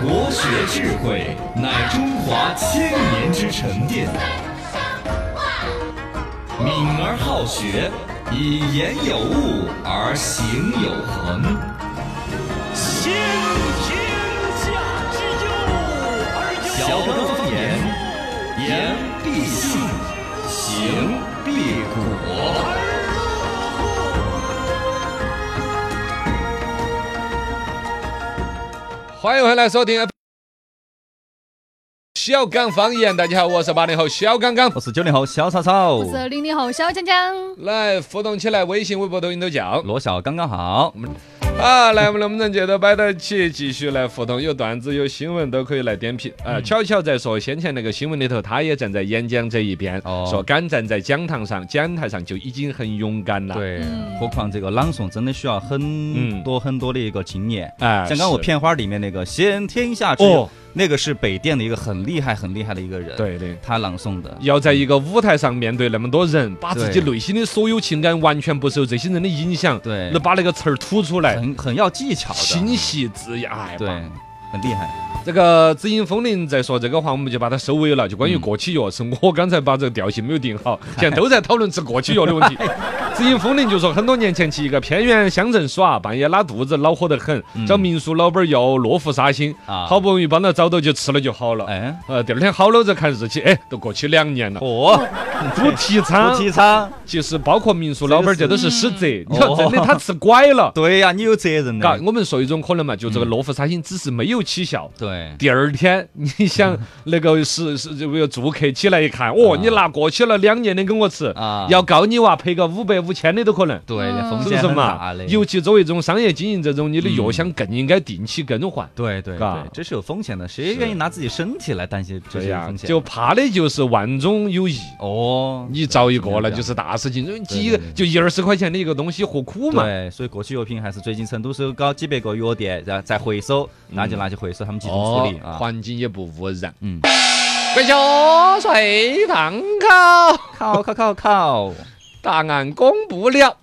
国学智慧乃中华千年之沉淀，敏而好学，以言有物而行有恒。先天下之忧而忧小人方言，言必信，行必果。欢迎回来收听小岗方言。大家好，我是八零后小刚刚，我是九零后小草草我，是零零后小江江，来互动起来，微信、微博、抖音都叫。罗小刚刚好。我们啊，来，我们能不能接着摆到起，继续来互动？有段子、有新闻都可以来点评啊。嗯巧巧在说先前那个新闻里头，他也站在演讲这一边，哦说敢站在讲堂上、讲台上就已经很勇敢了。，对，何况这个朗诵真的需要很多很多的一个经验。哎，像刚我嗯是，片花里面那个“先天下之哦忧”，那个是北电的一个很厉害、很厉害的一个人，，对对。他朗诵的。要在一个舞台上面对那么多人，把自己对内心的所有情感完全不受这些人的影响，对能把那个词儿吐出来，很很要技巧的，清晰字眼。哎对哇，很厉害。这个知音风铃在说这个话，我们就把它收尾了。就关于过期药，是我刚才把这个调性没有 定好，现在都在讨论吃过期药的问题。知音风铃就说，很多年前去一个偏远乡镇耍，半夜拉肚子，恼火得很，找民宿老板要落腹沙星，嗯啊好不容易帮他找到就吃了就好了。哎，呃，第二天好了再看日期，哎，都过去两年了。哦，不提倡不，提倡。其实包括民宿老板儿，这都是失责。你哦说真的，他吃拐了， 对嗯呀，你有责任嘎的。。我们说一种可能嘛，就这个诺氟沙星只是没有起效。对，第二天，你想那个是是就比如住客起来一看，哦，你拿过去了两年的给我吃啊，要告你娃赔个五百五千的都可能，对，风是不险是很嘛大的。？尤其作为一种商业经营这种，你的药箱更应该定期更换。对对嘎对，这是有风险的，谁愿意拿自己身体来担心这对些呀风，险？就怕的就是万中有一。哦，你遭一个了对就是大事情，因为几对对对就一二十块钱的一个东西，何苦嘛？对，所以过去药品还是最近成都收购几百个药店，然后再回收，嗯那就拿去回收，他们集哦中处理啊。环境也不污染。嗯，关小水堂口，靠靠靠 靠！答案公布了。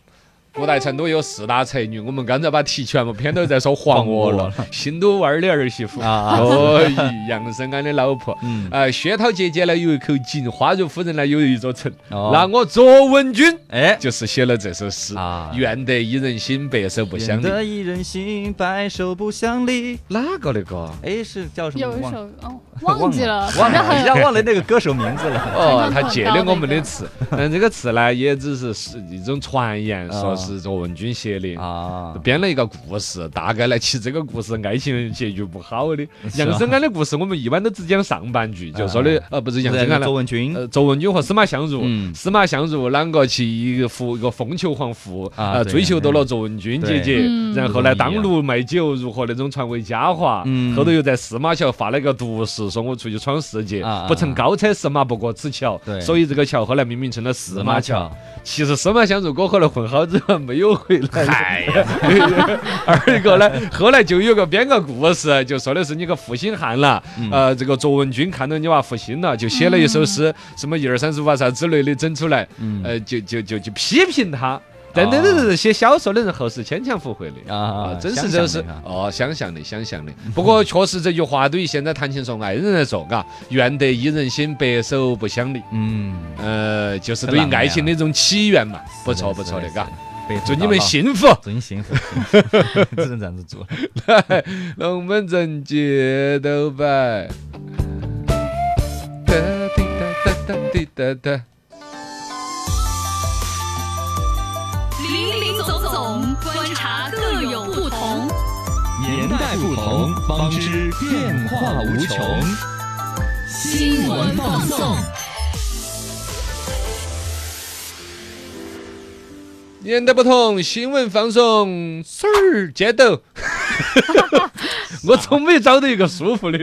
古代成都有四大才女，我们刚才把题全部偏都在说黄娥了， 新都湾儿的儿媳妇，啊哦，杨生安的老婆，嗯，呃，薛涛姐姐呢有一口井，花肉夫人呢有一座城，哦那我卓文君哎，就是写了这首诗啊愿得一人心，白首不相愿离。得一人心，白首不相离。哪个那个？哎，是叫什么？有一忘了首 哦，忘记了，忘反正了，一很下忘了那个歌手名字了。 哦，成他本借高了那我们的个词，但这个词呢，也只是是一种传言，说是卓文君写的。啊，编了一个故事，大概来其实这个故事爱情结局不好是的。啊啊杨生安的故事我们一般都只讲上半句，就说的呃不是杨生安周了，文君呃卓文君和司马相如嗯，司马相如啷个去一个扶一个风球皇父，啊呃对追求到了卓文君姐对姐，嗯然后不呢容当易啊奴卖酒，如何那种传为佳话嗯，后头又在司马桥发了一个毒誓，说我出去闯世界啊啊，不乘高车驷马不过此桥对，所以这个桥后来命名成了司司马马桥桥。。其实司马相如哥后来混好之后没有回哎来， 二一个呢，后来就有个编个故事，就说的是你个负心汉了，嗯呃，这个卓文君看到你娃负心了，就写了一首嗯诗，什么一二三四五啊啥之类的整出来，呃，就就就就批评他。但那都是写小说的人后世牵强附会的啊真想象是这的是是吧哦，想象的 想象的。不过确实这句话对于现在谈情说爱的人来说，嘎，愿得一人心，白首不相离。嗯，呃，就是对于爱情的一种起源嘛，不错不错的，嘎。啊是的。祝你们幸。幸福。祝你 幸福，幸福只能这样子做。龙门阵节都摆。哒滴哒哒哒滴哒哒。林林总总，观察各有不同。年代不同，方知变化无穷。新闻放送。年代不同，新闻放松，事儿接斗。我从没找到一个舒服的。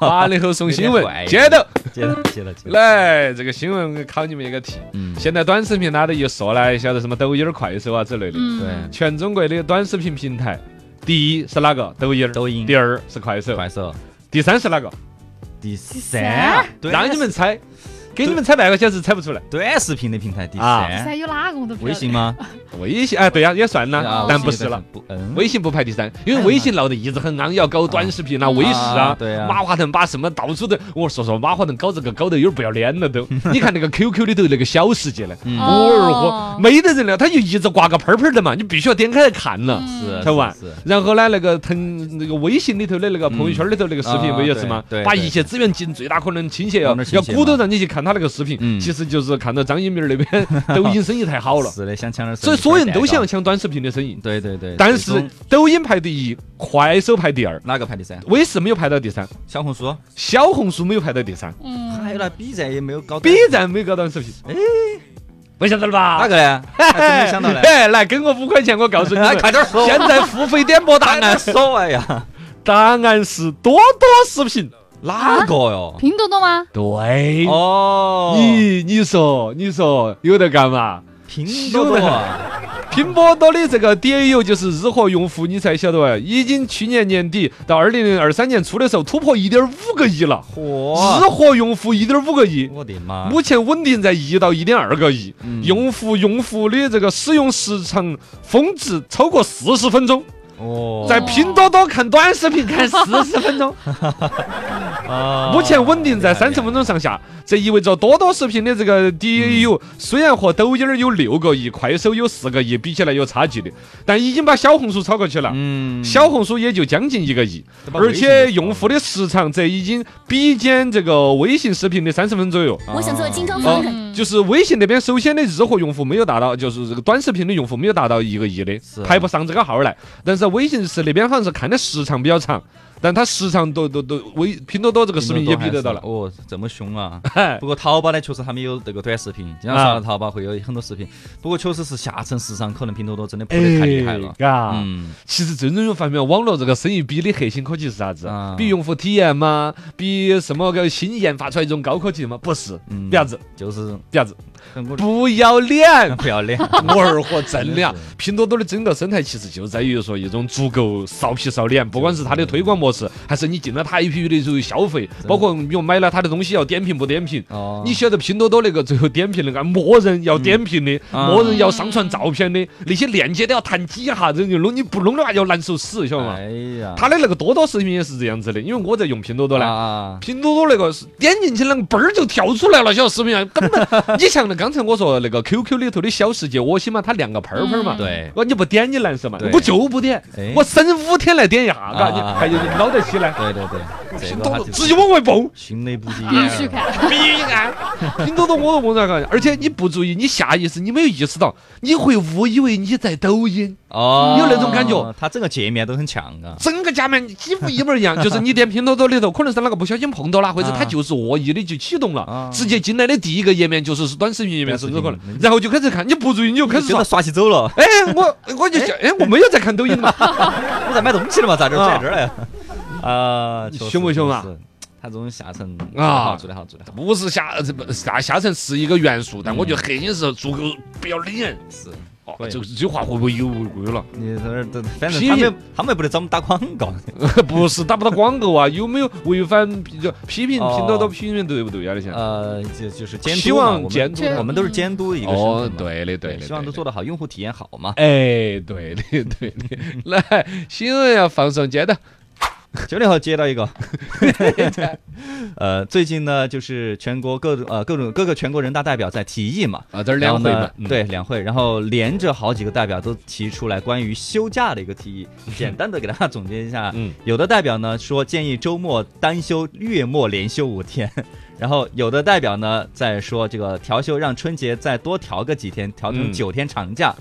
八零后送新闻有点坏，接斗。接了接了接了。嗯来，这个新闻考你们一个题。现在短视频哪里一说呢？晓得什么抖音儿、快手啊之类的。对，全中国的短视频平台，第一是哪个？抖音儿。抖音第二是快手。快手第三是哪个？第三，对让你们猜，给你们猜半个小时猜不出来。短视频的平台第啊现在三，有哪个我啊都不晓得微信？ 吗？啊微信哎，对呀、也算呐，但不是了。不，嗯，微信不排第三，因为微信闹得一直很昂，要搞短视频啦、卫视啊，啊对啊马化腾把什么到处都，我说说马化腾搞这个搞得有点不要脸了 都。你看那个 QQ 里头那个小世界呢，嗯哦哟呵，没得人了，他就一直挂个喷儿喷儿的嘛，你必须要点开来看嗯了。是才玩是是然后呢，那个腾那个微信里头的那个朋友圈里头那个视频啊不也是嘛对对？把对一切资源尽最大可能倾斜往要那儿倾要斜鼓捣嘛让你去看他那个视频，嗯其实就是看到张一鸣那边 抖音生意太好了，是的，想抢点手机所以所有人都想蛋要糕，抢短视频的生意。对对对，但最是终抖音排第一，快手排第二，哪个排第三？微视没有排到第三，小红书，小红书没有排到第三嗯，还有那 B 站也没有搞，B 站没有搞短视频。哎，不晓得了吧？哪个呢？还真没想到 嘞，哎，来跟我五块钱，我告 诉你们哎，快点说，现在付费点播答 快点案，说哎呀，答案是多多视频。哪个哟？拼多多吗？啊对，哦，你你说你说有得干嘛？拼多多啊，拼多多的这个 DAU 就是日活用户，你才晓得哎，已经去年年底到二零二三年初的时候突破一点五个亿了，日嚯，活用户一点五个亿。我的妈，目前稳定在一到一点二个亿，嗯用户用户的这个使用时长峰值超过四十分钟，哦，在拼多多看短视频看四十分钟，啊目前稳定在厉害三十分钟上下，这意味着多多视频的这个嗯 DAU 虽然和抖音儿有六个亿、快手有四个亿比起来有差距的，但已经把小红书超过去了。嗯，小红书也就将近一个亿，这把微而信都且用户的时长这已经比肩这个微信视频的三十分左右。搞了，我想做精装哦房人，就是微信那边首先的日活用户没有达到，就是这个短视频的用户没有达到一个亿的是，排不上这个号来。但是微信是那边好像是看的时长比较长，但它时长都都都微拼多多这个视频也比得到了。哦，这么凶啊！嗨不过淘宝呢，确实他们有这个短视频，经常啊刷到淘宝会有很多视频。不过确实是下沉市场，可能拼多多真的铺哎得太厉害了。嘎、嗯，其实最终有发现没有，网络这个生意比的核心科技是啥子？啊比用户体验吗？比什么个新研发出来一种高科技吗？不是，嗯比啥子？就是比啥子？很不！不要脸不要 脸。我二货真 的啊真的，拼多多的整个生态其实就在于说一种足够臊皮臊脸，不管是它的推广模式，还是你进了它 APP 的时候消费，的包括用买了它的东西要点评不点评。嗯哦，你晓得拼多多那个最后点评那个默认要点评的，啊默认要上传照片的，那些链接都要弹几下子，就弄你不弄的话要难受死，晓得吗？哎呀，它的那个多多视频也是这样子的，因为我在用拼多多呢。啊，拼多多那个是点进去那个嘣儿就跳出来了，晓得视频啊，根本你像那刚才我说那个 QQ 里头的小世界，我心嘛，它亮个喷儿喷儿嘛，嗯对，我你不点你难受嘛，对不就不点哎，我省五天来点一下，嘎，啊你哎还有人捞得起来，对对对，这拼个多他多就直接往外蹦，迅雷不及必须掩耳。看，必然，拼多多我都问那个，而且你不注意，你下意识你没有意识到，你会误以为你在抖音，哦，有那种感觉，它整个界面都很强啊。整个家门几乎一模 一样，就是你点拼多多里头，可能是哪个不小心碰到了，或者啊他就是恶意的就启动了啊，直接进来的第一个页面就是短视频页面，短视甚频至可能，然后就开始看，你不注意你就开始真的刷，刷起走 了，哎，我我就想，哎，我没有在看抖音嘛，我在买东西了嘛，咋这儿啊在这儿来？啊，确实凶不凶啊？确实它这种下沉啊做得好，做得好，不是下这不下下层是一个元素，但我觉得核心是足够不要脸。是。哦可，以这这话会不会有违规了？ 你这儿都反正批他评们他们也不得找我们打广告，不是打不到广告啊？有没有违反就批评哦拼多多批评对不对啊？那些呃，就就是监督嘛希望监督这他我们，我们。们都是监督的一个身份嘛哦，对的，对的，希望都对的做得好，用户体验好 嘛。哎，对的，对的，来，新闻要放上街的，九零后接到一个， 呃，最近呢，就是全国各种呃各种各个全国人大代表在提议嘛，啊，这是两会然后嘛呢，对，两会，然后连着好几个代表都提出来关于休假的一个提 议，简单的给大家总结一下，嗯，有的代表呢说建议周末单休，月末连休五天， 然后有的代表呢在说这个调休让春节再多调个几天，调成嗯啊九天长假。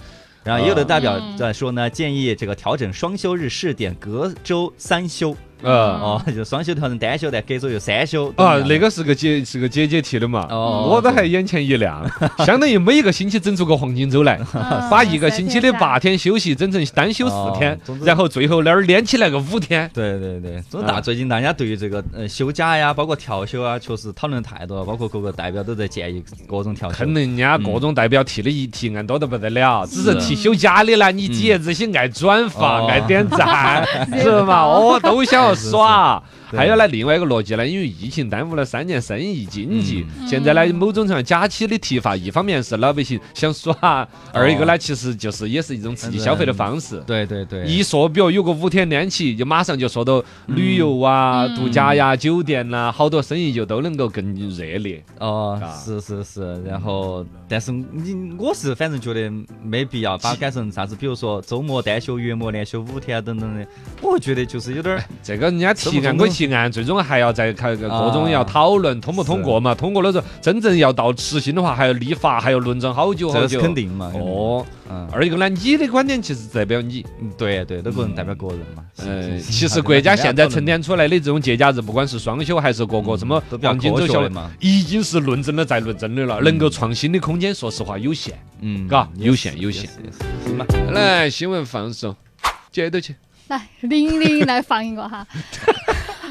然后也有的代表嗯在说呢，建议这个调整双休日试点，隔周三休呃，哦，就双休调成单休的，隔周有三休啊，那个个是个姐是个姐姐提的嘛，哦我都还眼前一亮，相当于每一个星期整出个黄金周 来，嗯把一个星期的八，天休息整成单休哦四天总，之然后最后那儿连起来个五天，对对对，总之啊大最近大家对于这个呃休假呀，包括调休啊，确实讨论太多了，包括各个代表都在建议各种调休可。能人家各种代表提的一提案多得不得了，只是是提休假的呢，你姐这些爱转发、哦 爱点赞，是吧？哦，都想要是是耍。对还有呢，另外一个逻辑呢，因为疫情耽误了三年生意经济，嗯现在呢，某种程度上假期的提法，一方面是老百姓想耍，二一个呢，其实就是也是一种刺激消费的方式。对对嗯对，一说，比如有个五天连起，就马上就说到旅游啊、嗯度假呀、酒店呐、好多生意就都能够更热烈。哦嘎，嗯是是是，然后，但是你我是反正觉得没必 要把它改成啥子，比如说周末单休、月末连休五天啊等等的，我会觉得就是有 点儿，这个人家提案归提案，最终还要再看个各种要讨论通不通过嘛。通过了之后，真正要到实行的话，还要立法，还要论证好久这好个是久。肯定嘛。肯定，哦，嗯，二一个呢，你的观点其实代表你。 嗯对对，都个人代表个人嘛。嗯，其实国家现在沉淀出来的这种节假日，不管是双休还是各个什么嗯都比较黄金周、科小学的嘛，已经是论证了再论证的了。能够创新的空间，说实话有限。嗯，嘎也是有限有，也限是也 是行吧。来，新闻放手，接着去。 来玲玲来放一个 哈，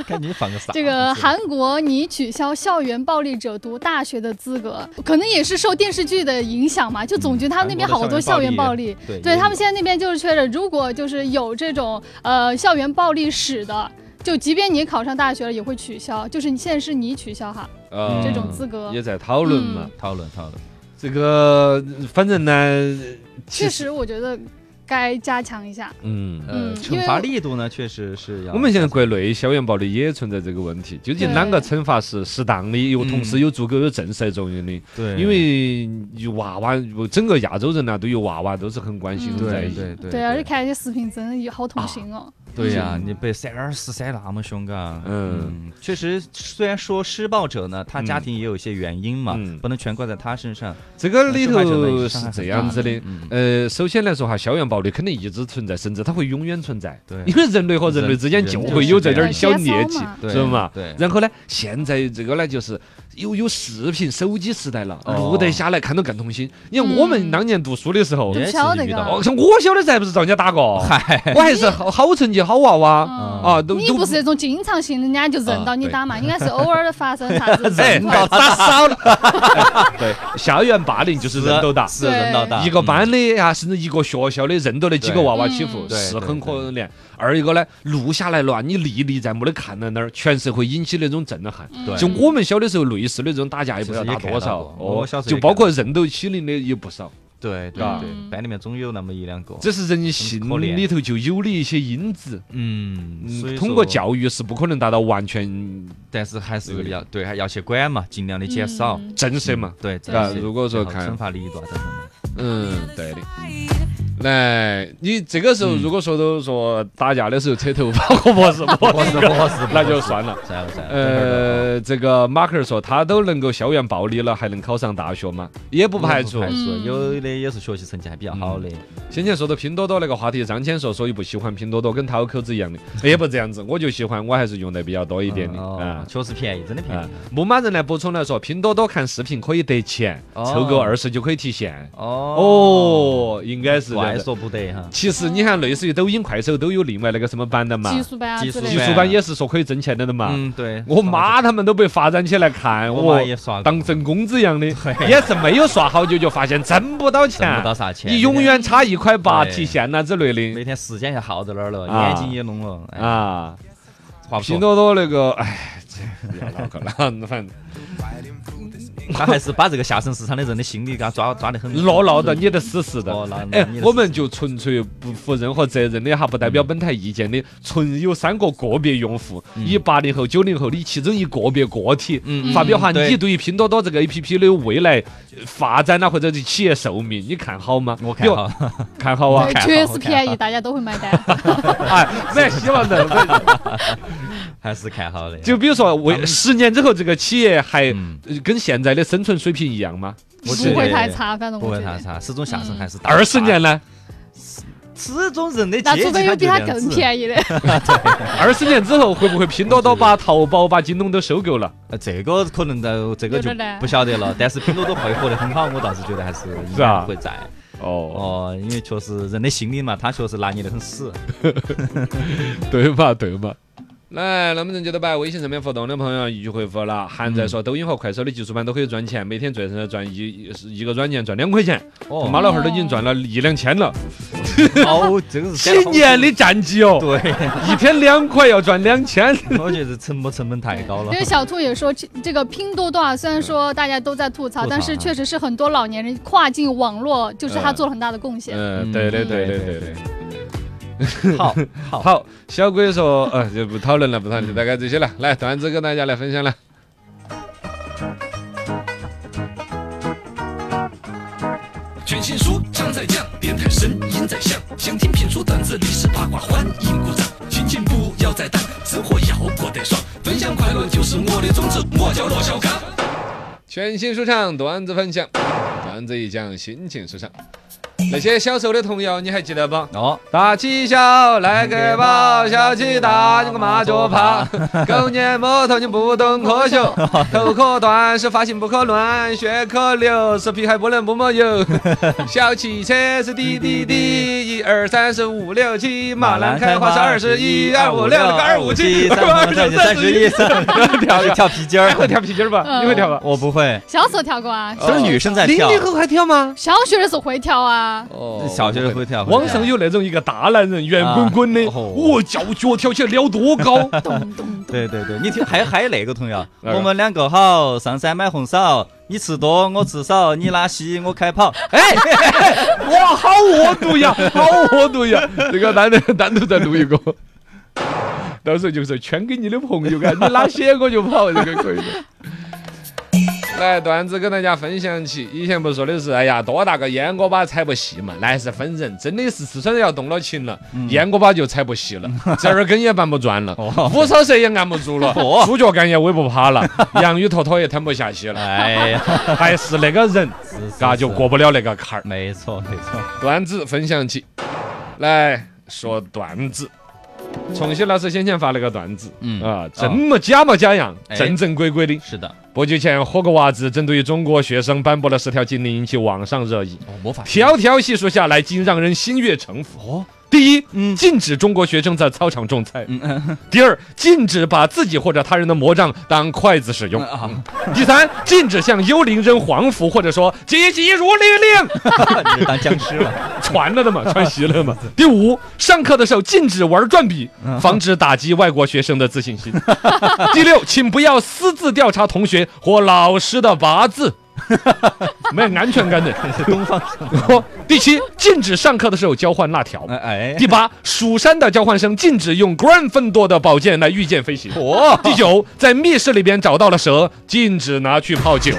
看你放个啥？这个是韩国拟取消校园暴力者读大学的资格，可能也是受电视剧的影响嘛，就总觉嗯得他们那边好多校园暴力。对对他们现在那边就是缺着，如果就是有这种呃校园暴力史的，就即便你考上大学了，也会取消，就是你现在是你取消哈嗯呃，这种资格。也在讨论嘛嗯。讨论讨论。这个反正呢，确实，我觉得该加强一下。嗯。呃，嗯因惩为罚我力度呢，确实是要。我们现在国内校园暴力也存在这个问题，究竟对嗯哪个惩罚是适当的，又同时有足够有震慑作用的？对，因为有娃娃，整个亚洲人呐，对于娃娃都是很关心、嗯很在对意。对对对啊，而且看那些视频真的也好痛心哦。对呀、你被三二十三那么凶嘎，嗯嗯，确实，虽然说施暴者呢，他家嗯庭也有一些原因嘛，嗯不能全怪在他身上。这个里受害者的头伤是害这很样大子的的，嗯呃，首先来说哈，校园暴力肯定一直存在，甚至它会永远存在，对因为人类和人类之间人就人会就是有这这点儿样小的疟节疾操嘛，对是嘛？对然后呢，现在这个呢，就是有有视频、手机时代了，哦录得下来看到更痛心。你看我们嗯当年读书的时候，也不是晓得遇个到哦，像我小的时候还不是遭人家打过，我还是好好成绩好娃娃啊啊，都你不是那种经常性人家就认到你打嘛，应该是偶尔发生 啥子哎，情况。打少了。 对，校园霸凌就是人都打，是人到大嗯一个班的啊，甚至一个学校的认到的几个娃娃欺负，嗯对是对很可怜。二一个呢，录下来了啊，你历历在目的看到那儿，全社会引起那种震撼。嗯对就我们小的时候，类似的这种打架也不知道其实打也多看少到过我哦小，时候就也包看括认到欺凌的也不少。对对嘎对，班里面总有那么一两个。嗯这是人性很可怜里头就有的一些因子，嗯，所以说嗯通过，教育是不可能达到完全但是还是要对，还要去管嘛，尽量的减少。嗯震慑嘛。对，这啊些如果说最好看惩罚力度啊等等的，嗯，对的。来，你这个时候如果说都说打架的时候扯头发，我不是不不是不是，那就算了。算了算了。呃，这个马克说他都能够校园暴力了，还能考上大学吗？也不不排除排。除嗯有的也是学习成绩还比较好嗯的，先前说到拼多多那个话题，张谦说所以不喜欢拼多多，跟掏口子一样的，也不这样子，我就喜欢，我还是用的比较多一点的哦啊。确实便宜，真的便啊宜。，牧马人来补充来说，拼多多看视频可以得钱，哦凑够二十就可以提现。哦哦，应该是这样怪的说不得哈。其实你看，类似于抖音、快手都有另外那个什么版的嘛，技术班啊技之术类技的，术版也是说可以挣钱的的嘛。嗯，对，啊我妈他们都被发展起来看我我妈也刷过当挣工资一样的，也是没有刷好久就发现挣不到挣钱不，到啥钱，你永远差一块八对提现呐之类每的天时间也耗在那儿了，啊眼睛也聋了，哎，啊。话不拼说，多多那个，哎，这不要唠嗑了， 反正他还是把这个下沉市场的人的心理给他抓 抓得很落闹到你的死死的哦那。那哎你的，我们就纯粹不负任何责任的哈，不代表本台意见的，纯有三个个别用户，以八零后、九零后的其中一个别个体嗯发表哈，嗯对你对于拼多多这个 A P P 的未来发展啊，或者是企业寿命，你看好吗？我看好， 比如，看好啊对，确实便宜，大家都会买单。哎，那希望能。 还是看好的。就比如说，为十年之后这个企业还嗯呃跟现在的生存水平一样吗？我不会太差，反正不我会觉太得。差，始终下沉还是大二十年，呢？始终人的那阶级除非有比他它更便宜的，二十年之后会不会拼多多把淘宝、把京东都收购了？宜，呃这个可能的这个就有点难不晓得了。但是拼多多会活得很好，我倒是觉得还是应是该啊会在。哦，哦，因为确实人的心理嘛，他确实拿捏得很死。对嘛，对嘛。来，那么人觉得把微信上面互动的朋友一句回复了。韩在说，抖音和快手的技术版都可以赚钱，每天最少赚一一个软件赚两块钱，哦他妈老汉儿都已经赚了一两千了，哦，这个是几年的战绩哦，对， 一天两块要赚两千，我觉得成本成本太高了因。为小兔也说，这这个拼多多啊，虽然说大家都在吐槽，吐槽但是确实是很多老年人跨境网络，就是他嗯做了很大的贡献。嗯，对对对对对对。好好，好，小鬼说，呃，就不讨论了，不讨论，就大概这些了。来，段子跟大家来分享了。全新书唱在酱，电台声音在响，想听评书、段子、历史八卦，欢迎鼓掌。心情不要再淡，生活要过得爽，分享快乐就是我的宗旨。我叫罗小刚。全新舒畅，段子分享，段子一讲，心情舒畅。那些小时候的童谣你还记得不？哦，大欺小，来给抱，小欺大，你个麻脚 趴。狗撵摸头，你不懂科学， 头可断是发型不可乱，血可流是皮还不能不抹 油。小汽车是滴滴滴，一二三四五六七，马兰开花是二十一，二五六个二五七，三五六 三十一，三跳跳跳，跳皮筋还会儿，跳皮筋儿吧？你会跳吧？哦我不会，嗯小时候跳过啊，都是女生在跳，后还跳吗？小学的时候会跳啊，哦小学会跳。网上有那种一个大男人圆滚滚的，啊哦哦，脚脚跳起来撩 多高？对对对，你听，还有还有那个童谣，哪个我们两个好，上山买红苕，你吃多我吃少，你拉稀我开跑。哎，哇，好恶毒呀，好恶毒呀！这个单独单独再录一个，到时候就是圈给你的朋友看，你拉些我就跑，这个可以的。来，段子跟大家分享起。以前不是说的是，哎呀，多大个烟锅巴踩不细嘛？那是分人，真的是四川人要动了情了，烟锅巴就踩不细了，折耳根也拌不转了，五草蛇也按不住了哦，猪脚杆也喂不趴了，洋芋坨坨也吞不下去了，哎呀， 还是那个人，是是嘎就是过不了那个坎儿。没错没错，段子分享起，来说段子。重新老师先前发了个段子，嗯啊，这么假模假样，哎正正规规的。是的，不久前，火锅娃子针对中国学生颁布了十条禁令，引起网上热议。哦，魔法条条细数下来，竟让人心悦诚服。哦，第一，嗯禁止中国学生在操场种菜； 第二，禁止把自己或者他人的魔杖当筷子使用；啊，第三，禁止向幽灵扔黄符，或者说“急急如律令”。你是当僵尸 了，传了的嘛，传习了的嘛。第五，上课的时候禁止玩转笔，嗯防止打击外国学生的自信心。 第六，请不要私自调查同学或老师的 八字，没有安全感的。东方，第七，禁止上课的时候交换辣条。 哎，第八，蜀山的交换生禁止用 Gran 分多的宝剑来御剑飞行。哦， 第九，在密室里边找到了蛇，禁止拿去泡酒。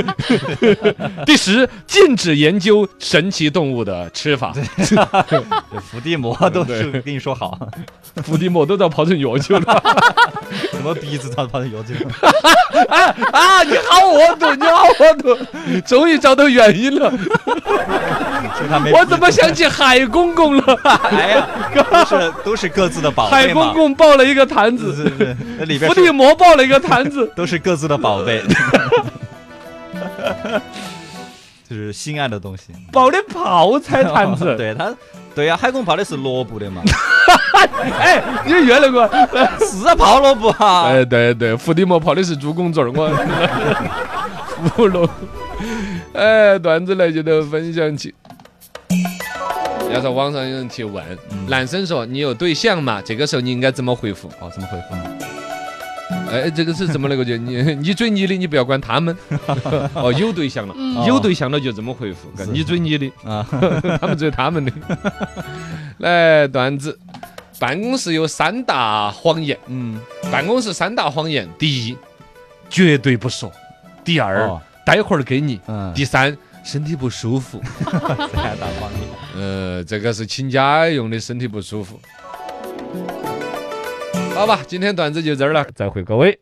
第十，禁止研究神奇动物的 吃法。这伏地魔都是跟你说 好，伏地魔都遭跑成药酒 了什么鼻子他跑到油井，啊！你好恶毒，你好恶毒， 终于找到原因了。就他没鼻子。我怎么想起海公公了？ 哎呀，都是都是各自的 宝海贝嘛公，公抱了一个坛是子，是是，那里边伏是地魔抱了一个坛子。 都是各自的宝贝， 就是心爱的东西。抱的泡菜坛 子，哦对他，对呀、海公泡的是萝卜的嘛， 哎，你原来我，是啊泡萝卜啊。哎，对对，伏地魔泡的是猪公嘴儿， 我服了。哎，段子来就得分享起。要是网上有人提问，男生说你有对象吗？这个时候你应该怎么回复？哦，怎么回复呢？哎，这个是怎么那个就你你追你的，你不要管他们。 哦，有对象了，嗯，有对象了就这么回复，干你追你的，啊，他们追 他们的。来，段子，办公室有三大谎言，嗯，办公室三大谎言：第一，绝对不说；第二，哦待会儿给你；嗯，第三，身体不舒服。三大方面，呃，这个是请假用的，身体不舒服。好吧，今天段子就这儿了，再会各位。